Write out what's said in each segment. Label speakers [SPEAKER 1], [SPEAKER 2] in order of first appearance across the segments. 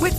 [SPEAKER 1] With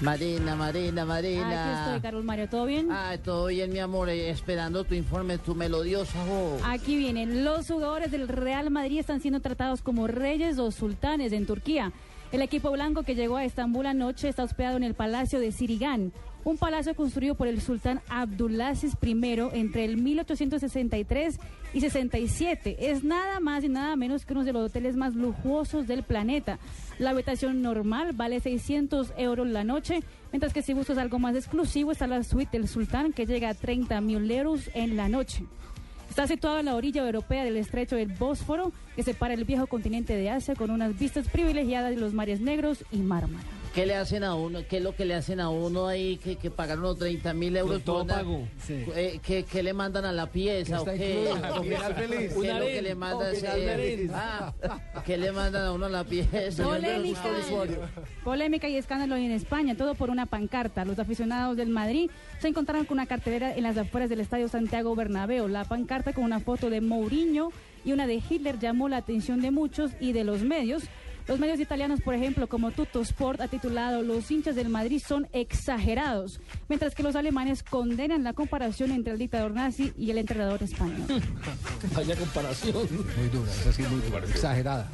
[SPEAKER 2] Marina, Marina,
[SPEAKER 3] Aquí
[SPEAKER 2] Marina.
[SPEAKER 3] estoy, Carlos Mario, ¿todo bien?
[SPEAKER 2] Ay, todo bien, mi amor, eh, esperando tu informe, tu melodiosa voz.
[SPEAKER 3] Aquí vienen, los jugadores del Real Madrid están siendo tratados como reyes o sultanes en Turquía. El equipo blanco que llegó a Estambul anoche está hospedado en el Palacio de Sirigán, un palacio construido por el sultán Abdulaziz I entre el 1863 y 67. Es nada más y nada menos que uno de los hoteles más lujosos del planeta. La habitación normal vale 600 euros la noche, mientras que si buscas algo más exclusivo está la suite del sultán que llega a 30 mil euros en la noche. Está situado en la orilla europea del estrecho del Bósforo, que separa el viejo continente de Asia con unas vistas privilegiadas de los mares negros y Mármara.
[SPEAKER 2] ¿Qué le hacen a uno? ¿Qué es lo que le hacen a uno ahí que, que pagan unos 30 mil euros?
[SPEAKER 4] Con todo
[SPEAKER 2] una-
[SPEAKER 4] pago. Sí.
[SPEAKER 2] Eh, ¿qué, qué le mandan a la pieza? o
[SPEAKER 4] Está
[SPEAKER 2] qué?
[SPEAKER 4] incluido, con final feliz.
[SPEAKER 2] ¿Qué es
[SPEAKER 4] Con
[SPEAKER 2] lo que le mandan?
[SPEAKER 4] final
[SPEAKER 2] eh,
[SPEAKER 4] feliz.
[SPEAKER 2] ah, ¿Qué le mandan a uno a la pieza?
[SPEAKER 3] Polémica. Polémica y escándalo en España, todo por una pancarta. Los aficionados del Madrid se encontraron con una cartelera en las afueras del Estadio Santiago Bernabéu. La pancarta con una foto de Mourinho y una de Hitler llamó la atención de muchos y de los medios. Los medios italianos, por ejemplo, como Tutto Sport, ha titulado Los hinchas del Madrid son exagerados, mientras que los alemanes condenan la comparación entre el dictador nazi y el entrenador español.
[SPEAKER 4] Vaya comparación. Muy dura, esa sí es muy dura. Exagerada.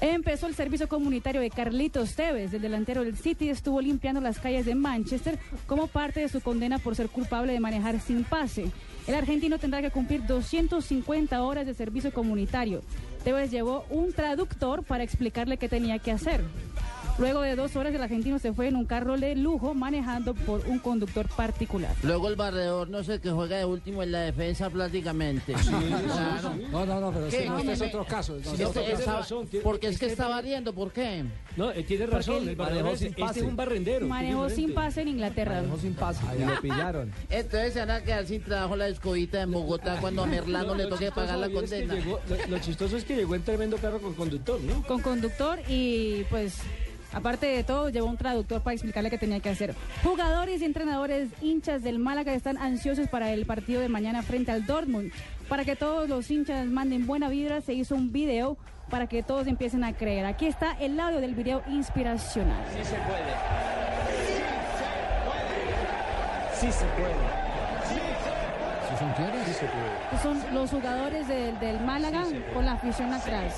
[SPEAKER 3] Empezó el servicio comunitario de Carlitos Tevez, el delantero del City, estuvo limpiando las calles de Manchester como parte de su condena por ser culpable de manejar sin pase. El argentino tendrá que cumplir 250 horas de servicio comunitario. Tevez llevó un traductor para explicarle qué tenía que hacer. Luego de dos horas, el argentino se fue en un carro de lujo manejando por un conductor particular.
[SPEAKER 2] Luego el barredor, no sé, que juega de último en la defensa prácticamente. Claro.
[SPEAKER 4] No, no, no, pero
[SPEAKER 2] ¿Qué?
[SPEAKER 4] sí, no, este es otro caso. No,
[SPEAKER 2] Si
[SPEAKER 4] no,
[SPEAKER 2] este-
[SPEAKER 4] tiene
[SPEAKER 2] estaba-
[SPEAKER 4] razón, tiene-
[SPEAKER 2] porque es que estaba riendo, ¿por qué?
[SPEAKER 5] No, eh, tiene razón, el barrendero
[SPEAKER 4] manejó
[SPEAKER 5] es,
[SPEAKER 4] sin
[SPEAKER 5] este
[SPEAKER 4] pase.
[SPEAKER 5] es un barrendero.
[SPEAKER 3] Manejó
[SPEAKER 5] es
[SPEAKER 3] sin
[SPEAKER 5] diferente.
[SPEAKER 3] pase en Inglaterra.
[SPEAKER 4] sin pase. Y lo pillaron.
[SPEAKER 2] Entonces se van a quedar sin trabajo la escobita en Bogotá cuando a Merlano
[SPEAKER 5] No,
[SPEAKER 2] le
[SPEAKER 5] lo
[SPEAKER 2] toque
[SPEAKER 5] chistoso,
[SPEAKER 2] pagar la
[SPEAKER 5] Javier, es que
[SPEAKER 2] condena.
[SPEAKER 5] llegó- lo, lo chistoso es que llegó en tremendo carro con conductor, ¿no?
[SPEAKER 3] con conductor y pues aparte de todo llevó un traductor para explicarle qué tenía que hacer. Jugadores y entrenadores hinchas del Málaga están ansiosos para el partido de mañana frente al Dortmund. Para que todos los hinchas manden buena vibra se hizo un video para que todos empiecen a creer. Aquí está el audio del video inspiracional.
[SPEAKER 4] ¿Eso son quiénes?
[SPEAKER 3] Son los jugadores del- del Málaga con la afición atrás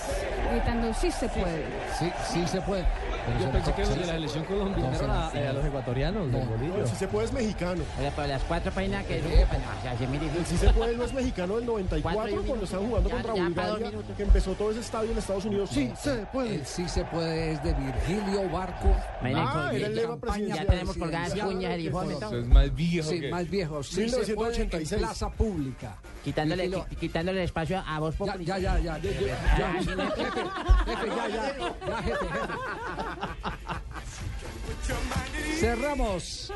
[SPEAKER 3] gritando sí se puede.
[SPEAKER 4] Sí, sí se puede. Pero
[SPEAKER 5] Yo
[SPEAKER 4] se-
[SPEAKER 5] pensé que
[SPEAKER 4] se-
[SPEAKER 5] los de la selección colombiana.
[SPEAKER 4] No, se-
[SPEAKER 5] a los ecuatorianos,
[SPEAKER 4] del bolillo.
[SPEAKER 6] Si se puede es mexicano.
[SPEAKER 2] Oiga, pero las cuatro páginas que pues, son o sea, se mire,
[SPEAKER 6] Si se puede no es mexicano del 94
[SPEAKER 2] Cuatro y un
[SPEAKER 6] cuando
[SPEAKER 2] minuto.
[SPEAKER 6] estaban jugando
[SPEAKER 2] Ya,
[SPEAKER 6] contra
[SPEAKER 2] ya, para dos
[SPEAKER 6] Bulgaria,
[SPEAKER 2] minutos.
[SPEAKER 6] que empezó todo ese estadio en Estados Unidos. Sí, se puede.
[SPEAKER 4] El pues, sí se puede es de Virgilio Barco.
[SPEAKER 2] Miren,
[SPEAKER 6] Ah,
[SPEAKER 2] con-
[SPEAKER 6] era el
[SPEAKER 2] ya-
[SPEAKER 6] lema presidencial.
[SPEAKER 2] Ya tenemos colgadas puñas el hijo de
[SPEAKER 4] Eso
[SPEAKER 2] puta.
[SPEAKER 4] es
[SPEAKER 7] más viejo
[SPEAKER 4] Sí, más viejo. Sí se puede en
[SPEAKER 6] 1986.
[SPEAKER 4] plaza pública.
[SPEAKER 2] Quitándole,
[SPEAKER 4] Virgilio-
[SPEAKER 2] qui- quitándole el espacio a vos,
[SPEAKER 4] Ya, ya, ya, ya. ya, ya, jefe, jefe, ya, ya, ya, jefe, jefe. Cerramos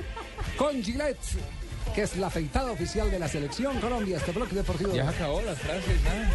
[SPEAKER 4] con Gillette, que es la afeitada oficial de la selección Colombia, este bloque deportivo.
[SPEAKER 7] Ya se acabó las frases, nada.